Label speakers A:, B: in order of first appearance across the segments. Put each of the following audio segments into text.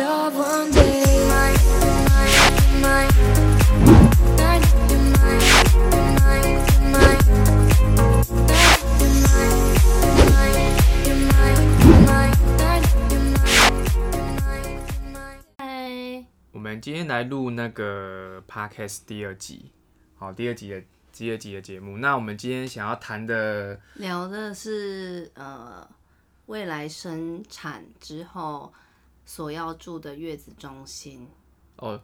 A: up one day. Mine.
B: 嗨，
C: 我们今天来录那个 podcast 第二集，好，第二集的第二集的节目。那我们今天想要谈的，
B: 聊的是呃，未来生产之后所要住的月子中心。
C: 哦，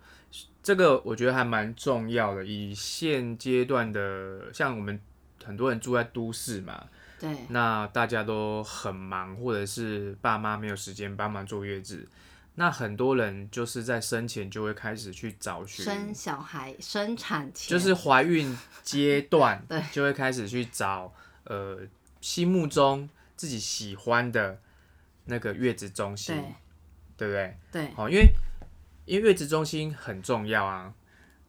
C: 这个我觉得还蛮重要的。以现阶段的，像我们很多人住在都市嘛，
B: 对，
C: 那大家都很忙，或者是爸妈没有时间帮忙坐月子。那很多人就是在生前就会开始去找寻
B: 生小孩、生产前
C: 就是怀孕阶段
B: 对，
C: 就会开始去找呃心目中自己喜欢的那个月子中心，
B: 对
C: 对不对？
B: 对
C: 好，因为因为月子中心很重要啊，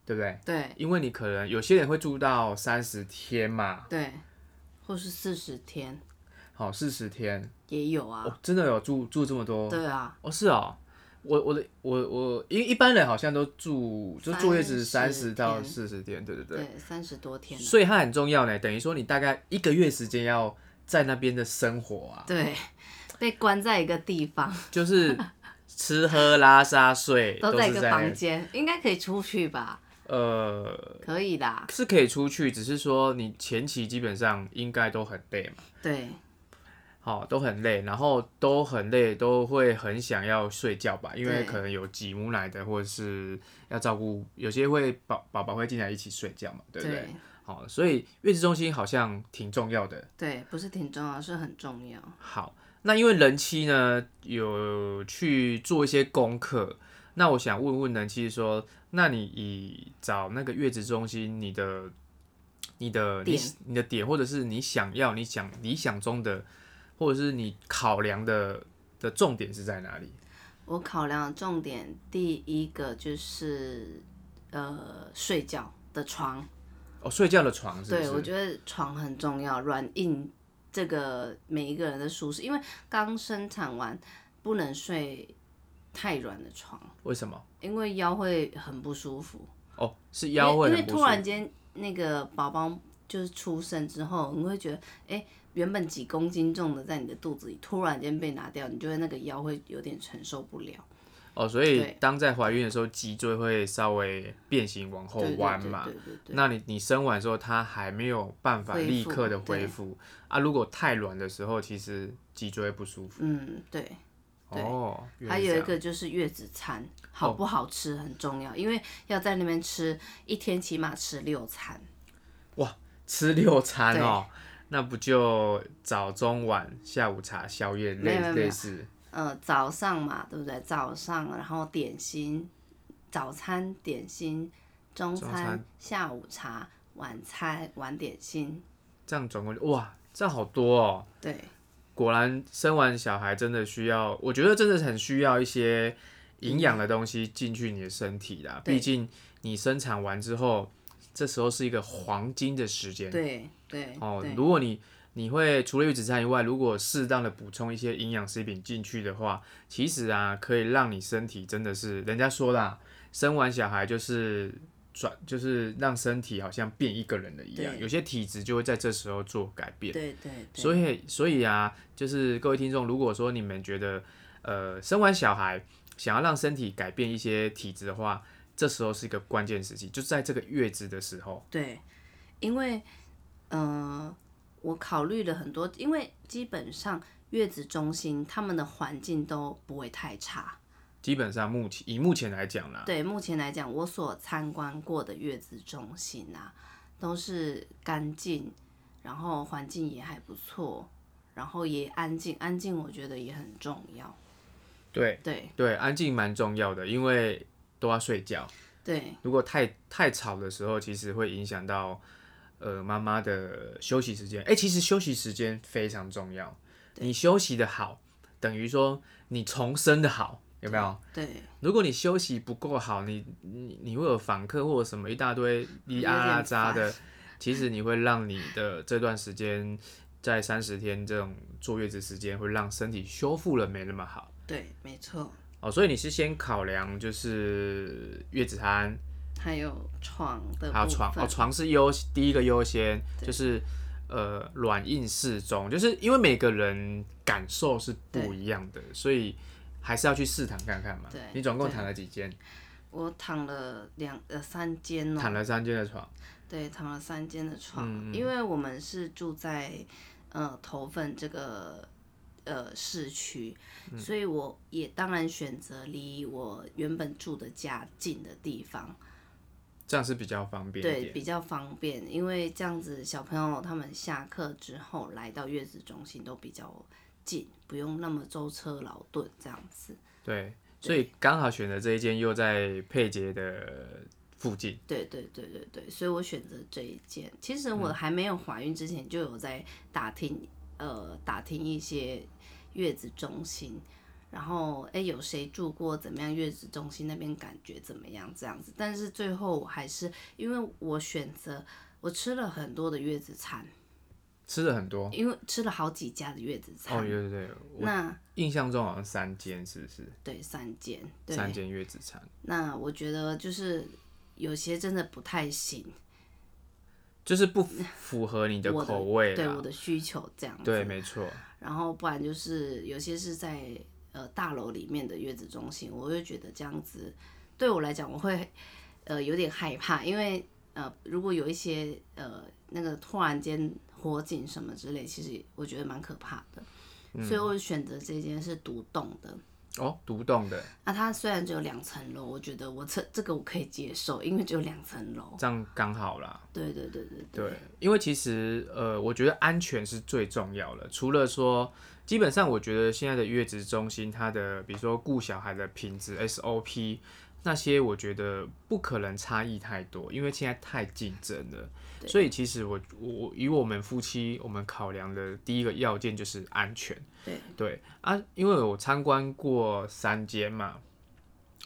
C: 对不对？
B: 对
C: 因为你可能有些人会住到三十天嘛，
B: 对，或是四十天
C: 好四十天，
B: 也有啊。
C: 哦，真的有住住这么多？
B: 对啊，
C: 哦，是哦。我我的我我，因为一般人好像都住就坐月子三
B: 30
C: 十到
B: 天
C: 四十天，对对对。
B: 对，三十多天了。
C: 所以它很重要呢，等于说你大概一个月时间要在那边的生活啊，
B: 对，被关在一个地方，
C: 就是吃喝拉撒睡
B: 都
C: 都
B: 在一
C: 是
B: 个
C: 在那
B: 房间，应该可以出去吧？
C: 呃
B: 可以啦。
C: 是可以出去，只是说你前期基本上应该都很累嘛，
B: 对
C: 好、都很累，然后都很累，都会很想要睡觉吧，因为
B: 对
C: 可能有挤母奶的，或者是要照顾，有些会宝宝宝会进来一起睡觉嘛，对不对？
B: 对
C: 好、所以月子中心好像挺重要的。
B: 对，不是挺重要，是很重要。
C: 好，那因为人妻呢有去做一些功课，那我想问问人妻说，那你以找那个月子中心，你的、你的、你
B: 点
C: 你的点，或者是你想要、你想理想中的，或者是你考量的的重点是在哪里？
B: 我考量的重点第一个就是呃睡觉的床，
C: 哦，睡觉的床是不
B: 对
C: 是？
B: 我觉得床很重要，软硬这个每一个人的舒适，因为刚生产完不能睡太软的床，
C: 为什么？
B: 因为腰会很不舒服，
C: 哦，是腰会
B: 因为因
C: 很
B: 为
C: 不舒
B: 突
C: 服
B: 然间那个宝宝就是出生之后，你会觉得哎、诶原本几公斤重的在你的肚子里，突然间被拿掉，你就会那个腰会有点承受不了。
C: 哦，所以
B: 对
C: 当在怀孕的时候，脊椎会稍微变形往后
B: 对对
C: 弯
B: 对
C: 嘛
B: 对。对对
C: 那你你生完之后，它还没有办法
B: 恢复
C: 立刻的
B: 对
C: 恢复啊。如果太软的时候，其实脊椎会不舒服。
B: 嗯，对，对
C: 哦，原来
B: 还
C: 是
B: 有
C: 这
B: 一
C: 样
B: 个就是月子餐好
C: 哦
B: 不好吃很重要，因为要在那边吃一天起码吃六餐，
C: 吃六餐哦，那不就早中晚下午茶宵夜
B: 没有没
C: 类
B: 有没有
C: 类似
B: 呃，早上嘛，对不对？早上，然后点心，早餐点心，中
C: 中
B: 餐，
C: 餐
B: 下午茶，晚餐晚点心，
C: 这样总共哇，这样好多哦。
B: 对
C: 果然生完小孩真的需要，我觉得真的很需要一些营养的东西进去你的身体啦。
B: 对
C: 毕竟你生产完之后，这时候是一个黄金的时间。
B: 对对
C: 哦，
B: 对
C: 如果你你会除了月子餐以外，如果适当的补充一些营养食品进去的话，其实啊，可以让你身体真的是，人家说啦，生完小孩就是转，就是让身体好像变一个人了一样，
B: 对
C: 有些体质就会在这时候做改变。
B: 对对对，
C: 所以，所以啊，就是各位听众，如果说你们觉得，呃，生完小孩想要让身体改变一些体质的话，这时候是一个关键时期，就在这个月子的时候。
B: 对，因为呃，我考虑了很多，因为基本上月子中心他们的环境都不会太差。
C: 基本上目前以目前来讲啦，
B: 对，目前来讲，我所参观过的月子中心啊，都是干净，然后环境也还不错，然后也安静，安静我觉得也很重要。
C: 对
B: 对
C: 对，安静蛮重要的，因为都要睡觉。
B: 对
C: 如果太太吵的时候，其实会影响到呃妈妈的休息时间。哎、其实休息时间非常重要，你休息的好，等于说你重生的好，有没有？
B: 对，
C: 如果你休息不够好，你你你会有访客或者什么一大堆哩啊啦喳
B: 有
C: 的，其实你会让你的这段时间在三十天这种坐月子时间，会让身体修复了没那么好。
B: 对，没错，
C: 哦，所以你是先考量就是月子餐，
B: 还有床的
C: 还有
B: 部
C: 床
B: 分
C: 哦，床是优第一个优先，就是呃软硬适中，就是因为每个人感受是不一样的，所以还是要去试躺看看嘛
B: 对。
C: 你总共
B: 对
C: 躺了几间？
B: 我躺了两呃三间哦、
C: 躺了三间的床，
B: 对，躺了三间的床，
C: 嗯
B: 因为我们是住在呃头份这个呃市区，
C: 嗯
B: 所以我也当然选择离我原本住的家近的地方，
C: 这样是比较方便一
B: 对，
C: 点。
B: 比较方便。因为这样子小朋友他们下课之后来到月子中心都比较近，不用那么舟车劳顿这样子。
C: 对，所以刚好选择这一间又在佩杰的附近。
B: 对对对对对，所以我选择这一件。其
C: 嗯
B: 实我还没有怀孕之前就有在打听，呃，打听一些月子中心，然后哎、诶有谁住过怎么样月子中心那边感觉怎么样这样子。但是最后我还是因为我选择我吃了很多的月子餐，
C: 吃了很多
B: 因为吃了好几家的月子
C: 哦，
B: 餐，
C: 对对对，我
B: 那
C: 印象中好像三间，是不是？
B: 对三间，对
C: 三间月子餐，
B: 那我觉得就是有些真的不太行，
C: 就是不符符合你的
B: 我的
C: 口味
B: 对
C: 啦。嗯
B: 我的需求这样子。
C: 对，没错，
B: 然后不然就是有些是在呃大楼里面的月子中心，我就觉得这样子对我来讲，我会呃有点害怕，因为呃如果有一些呃那个突然间火警什么之类，其实我觉得蛮可怕的，
C: 嗯
B: 所以我选择这间是独栋的。
C: 哦，独栋的，
B: 那、它虽然只有两层楼，我觉得我这这个我可以接受，因为只有两层楼。
C: 这样刚好啦。
B: 对对对对
C: 对，因为其实呃，我觉得安全是最重要的。除了说，基本上我觉得现在的月子中心，它的比如说顾小孩的品质 SOP 那些，我觉得不可能差异太多，因为现在太竞争了。所以其实我我以我们夫妻，我们考量的第一个要件就是安全。
B: 对
C: 对啊，因为我参观过三间嘛，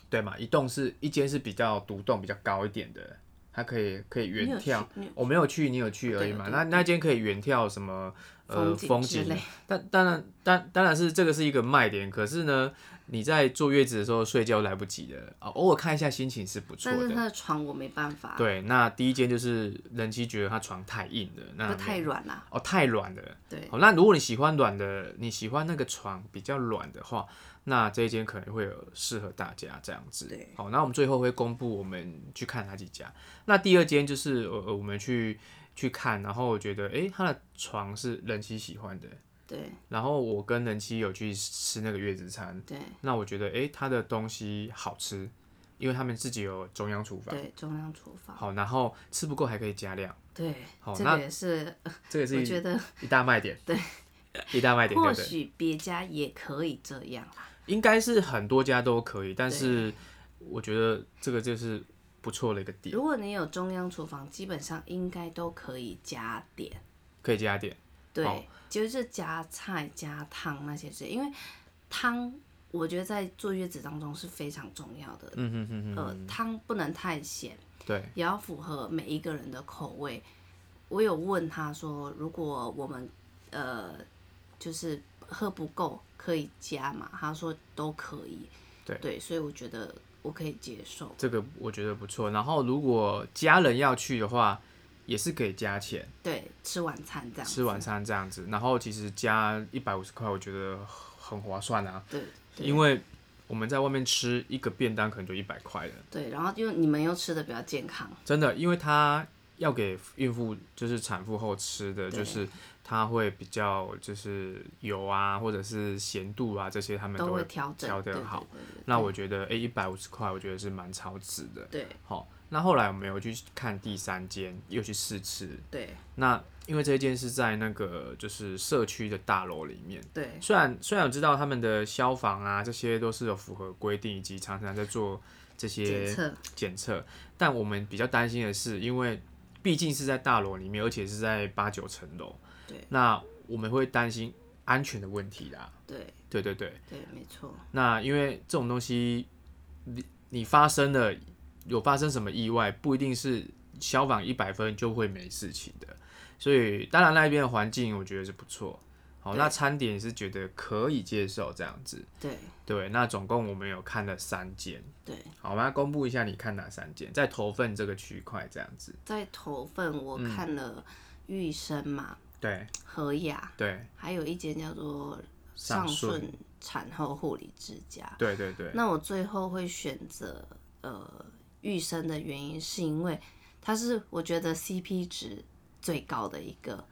C: 对嘛，一栋是一间是比较独栋比较高一点的，它可以可以
B: 你有
C: 远眺
B: 去你有。
C: 我没有去，你有去而已嘛。
B: 对
C: 那那间可以远眺什么？呃，
B: 风
C: 风
B: 景之
C: 景
B: 类。
C: 但当然，当当然是这个是一个卖点。可是呢，你在坐月子的时候睡觉来不及的啊，偶尔看一下心情是不错
B: 但是
C: 的。
B: 它的床我没办法，
C: 对，那第一间就是人妻觉得她床太硬了，那
B: 不太软啦、
C: 哦太软了。
B: 对。
C: 好，那如果你喜欢软的，你喜欢那个床比较软的话，那这一间可能会有适合大家这样子。
B: 对，
C: 好，那我们最后会公布我们去看哪几家。那第二间就是呃我们去去看，然后我觉得诶、它的床是人妻喜欢的，
B: 对
C: 然后我跟人妻有去吃那个月子餐，
B: 对
C: 那我觉得诶、它的东西好吃，因为他们自己有中央厨房。
B: 对，中央厨房，
C: 好，然后吃不够还可以加量，
B: 对，
C: 好
B: 这
C: 那
B: 个也是呃
C: 这个
B: 我
C: 是
B: 觉得
C: 一大卖点。
B: 对，
C: 一大卖点，对
B: 或
C: 不对？
B: 许别家也可以这样啦，
C: 应该是很多家都可以，但是我觉得这个就是不错的一个点，
B: 如果你有中央厨房，基本上应该都可以加点，
C: 可以加点。好
B: 对，就是加菜、加汤那些之类，因为汤我觉得在坐月子当中是非常重要的，
C: 嗯哼哼哼，
B: 呃，汤不能太咸，
C: 对，
B: 也要符合每一个人的口味。我有问他说，如果我们呃就是喝不够可以加嘛？他说都可以。
C: 对
B: 所以我觉得我可以接受。
C: 这个我觉得不错。然后如果家人要去的话，也是可以加钱
B: 对，吃晚餐这样。
C: 吃晚。餐这样子。然后其实加一百五十块，我觉得很划算啊，
B: 对
C: 因为我们在外面吃一个便当可能就一百块了，
B: 对，然后因为你们又吃的比较健康，
C: 真的，因为它。要给孕妇，就是产妇后吃的，
B: 对
C: 就是它会比较就是油啊，或者是咸度啊，这些他们
B: 都
C: 会
B: 会调整。
C: 调
B: 对
C: 整
B: 对
C: 好。
B: 对对
C: 那我觉得，哎、一百五十块，我觉得是蛮超值的。
B: 对
C: 好，那后来我们有去看第三间，又去试吃。
B: 对
C: 那因为这一间是在那个就是社区的大楼里面，
B: 对
C: 虽然虽然我知道他们的消防啊这些都是有符合规定，以及常常在做这些
B: 检测
C: 检测，但我们比较担心的是，因为毕竟是在大楼里面，而且是在八九层楼，
B: 对
C: 那我们会担心安全的问题啦。
B: 对
C: 对对对。
B: 对，没错。
C: 那因为这种东西，你你发生了有发生什么意外，不一定是消防一百分就会没事情的。所以当然那一边的环境我觉得是不错，哦，
B: 对
C: 那餐点也是觉得可以接受这样子。
B: 对
C: 对，那总共我们有看了三间，
B: 对，
C: 好，我们来公布一下你看哪三间，在头份这个区块这样子。
B: 在头份我
C: 嗯
B: 看了玉生嘛、
C: 对
B: 和雅，
C: 对
B: 还有一间叫做
C: 上
B: 上
C: 顺
B: 顺产后护理之家。
C: 对对对，
B: 那我最后会选择呃玉生的原因，是因为它是我觉得 CP 值最高的一个，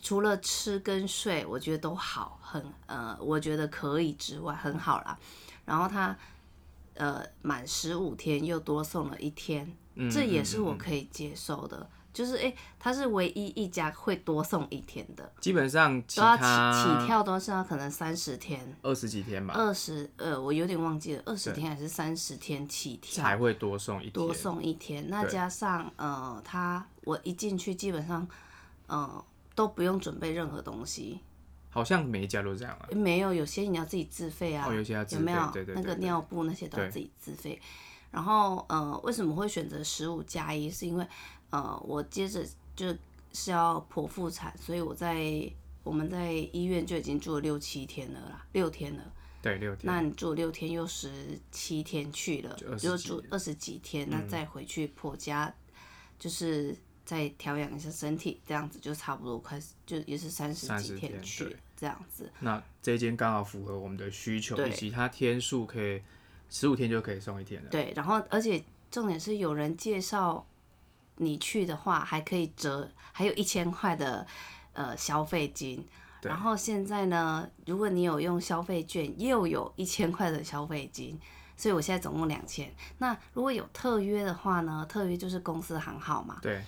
B: 除了吃跟睡，我觉得都好，很呃，我觉得可以之外，很好啦。然后它呃满十五天又多送了一天，
C: 嗯
B: 这也
C: 嗯
B: 是我可以接受的。就是诶，它是唯一一家会多送一天的，
C: 基本上其
B: 都要起起
C: 他
B: 跳都是要可能三十天，
C: 二十几天吧，
B: 二十呃，我有点忘记了，二十天还是三十天起
C: 才
B: 跳，
C: 会多送一天。
B: 多送一天。那加上呃，他我一进去基本上呃都不用准备任何东西，
C: 好像每一家都这样啊。
B: 没有有些你要自己自费啊，
C: 哦有些要自
B: 没
C: 费
B: 有
C: 对对
B: 那
C: 对
B: 个
C: 对
B: 尿布那些都要
C: 对
B: 自己自费。然后呃，为什么会选择十五加一？是因为呃，我接着就是要剖腹产，所以我在我们在医院就已经住了六七天了啦，六天了。
C: 对，六天。
B: 那你住六天又十七天去了就
C: 就，20几嗯
B: 住二十几天，那再回去婆家，就是再调养一下身体，这样子就差不多快就也是三十
C: 30
B: 几
C: 天
B: 去
C: 对
B: 这样子。
C: 那这间刚好符合我们的需求，
B: 对
C: 以及它天数可以十五天就可以送一天了。
B: 对，然后而且重点是有人介绍你去的话，还可以折，还有一千块的呃消费金。
C: 对
B: 然后现在呢，如果你有用消费券，又有一千块的消费金，所以我现在总共两千。那如果有特约的话呢，特约就是公司行号嘛，
C: 对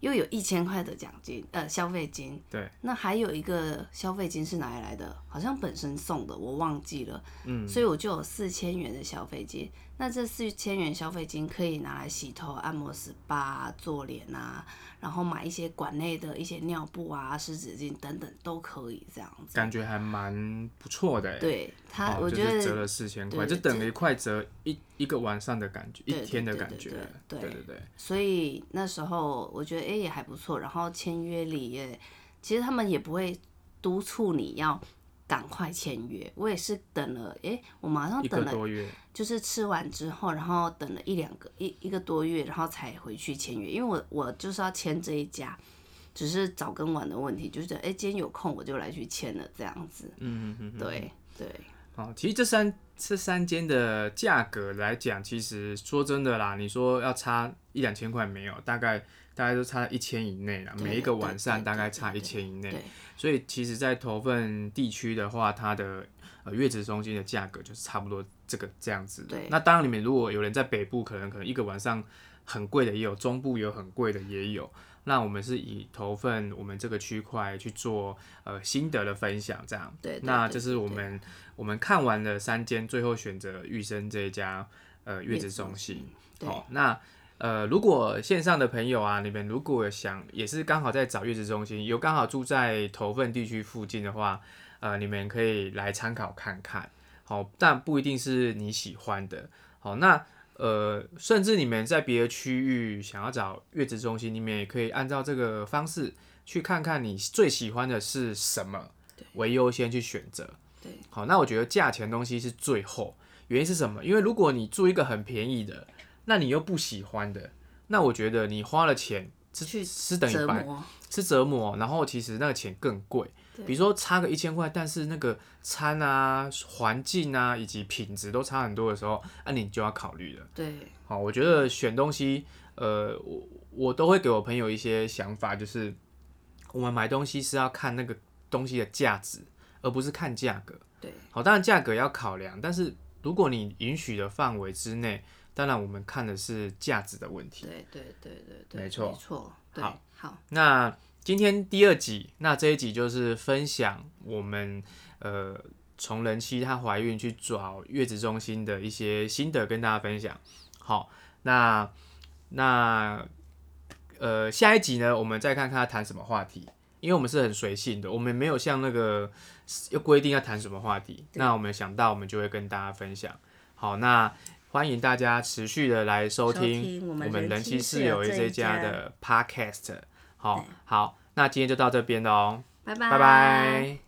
B: 又有一千块的奖金，呃，消费金。
C: 对，
B: 那还有一个消费金是哪里来的？好像本身送的，我忘记了。嗯，所以我就有四千元的消费金。那这四千元消费金可以拿来洗头、按摩、SPA 啊、做脸啊，然后买一些馆内的一些尿布啊、湿纸巾等等都可以这样子。
C: 感觉还蛮不错的欸。
B: 对他，
C: 哦
B: 我
C: 就是
B: 觉得
C: 折了四千块，
B: 对
C: 就等于快折一一个晚上的感觉，
B: 对
C: 一天的
B: 对
C: 感
B: 对
C: 觉了。
B: 对
C: 对
B: 对
C: 对对，
B: 所以那时候我觉得哎、诶也还不错，然后签约里也，其实他们也不会督促你要赶快签约，我也是等了哎、诶我马上
C: 一
B: 等
C: 个
B: 了，
C: 多月。
B: 就是吃完之后，然后等了一两个一一个多月，然后才回去签约，因为我我就是要签这一家，只是早跟晚的问题，就是哎、诶今天有空我就来去签了这样子，
C: 嗯嗯嗯。
B: 对对
C: 好，其实这三这三间的价格来讲，其实说真的啦，你说要差一两千块没有，大概大概都差一千以内啦，
B: 对
C: 每一个晚上
B: 对对
C: 大概
B: 对
C: 差
B: 对
C: 一千以内。
B: 对
C: 所以其实，在头份地区的话，它的呃月子中心的价格就是差不多这个这样子。
B: 对
C: 那当然，你们如果有人在北部，可能可能一个晚上很贵的也有，中部有很贵的也有。那我们是以头份我们这个区块去做呃心得的分享，这样。
B: 对对
C: 那
B: 对
C: 这是我
B: 对
C: 们我们看完了三间，最后选择玉生这一家呃月
B: 月
C: 子
B: 子中
C: 中心。哦
B: 对
C: 好、那呃，如果线上的朋友啊，你们如果想也是刚好在找月子中心，有刚好住在头份地区附近的话，呃，你们可以来参考看看。好、但不一定是你喜欢的。好、那呃，甚至你们在别的区域想要找月子中心，你们也可以按照这个方式去看看你最喜欢的是什么
B: 对，
C: 为优先去选择。
B: 对
C: 好，那我觉得价钱东西是最后，原因是什么？因为如果你住一个很便宜的，那你又不喜欢的，那我觉得你花了钱是
B: 去
C: 是等于
B: 折
C: 白
B: 磨，
C: 是折磨，哦然后其实那个钱更贵。
B: 对
C: 比如说差个一千块，但是那个餐啊、环境啊以及品质都差很多的时候，那、你就要考虑了。
B: 对
C: 好，我觉得选东西，呃，我我都会给我朋友一些想法，就是我们买东西是要看那个东西的价值，而不是看价格。
B: 对
C: 好，当然价格要考量，但是如果你允许的范围之内，当然我们看的是价值的问题。
B: 对对对对对，
C: 没错
B: 没错，对
C: 好
B: 好。
C: 那今天第二集，那这一集就是分享我们呃从人妻她怀孕去找月子中心的一些心得跟大家分享。好，那那呃下一集呢，我们再看看她谈什么话题。因为我们是很随性的，我们没有像那个又规定要谈什么话题。那我们想到，我们就会跟大家分享。好，那欢迎大家持续的来收
B: 收
C: 听
B: 听我们人
C: 人
B: 妻
C: 妻
B: 室
C: 室友
B: 友这
C: 这
B: 一
C: 家
B: 家
C: 的 Podcast。好好，那今天就到这边喽，
B: 拜拜
C: 拜拜。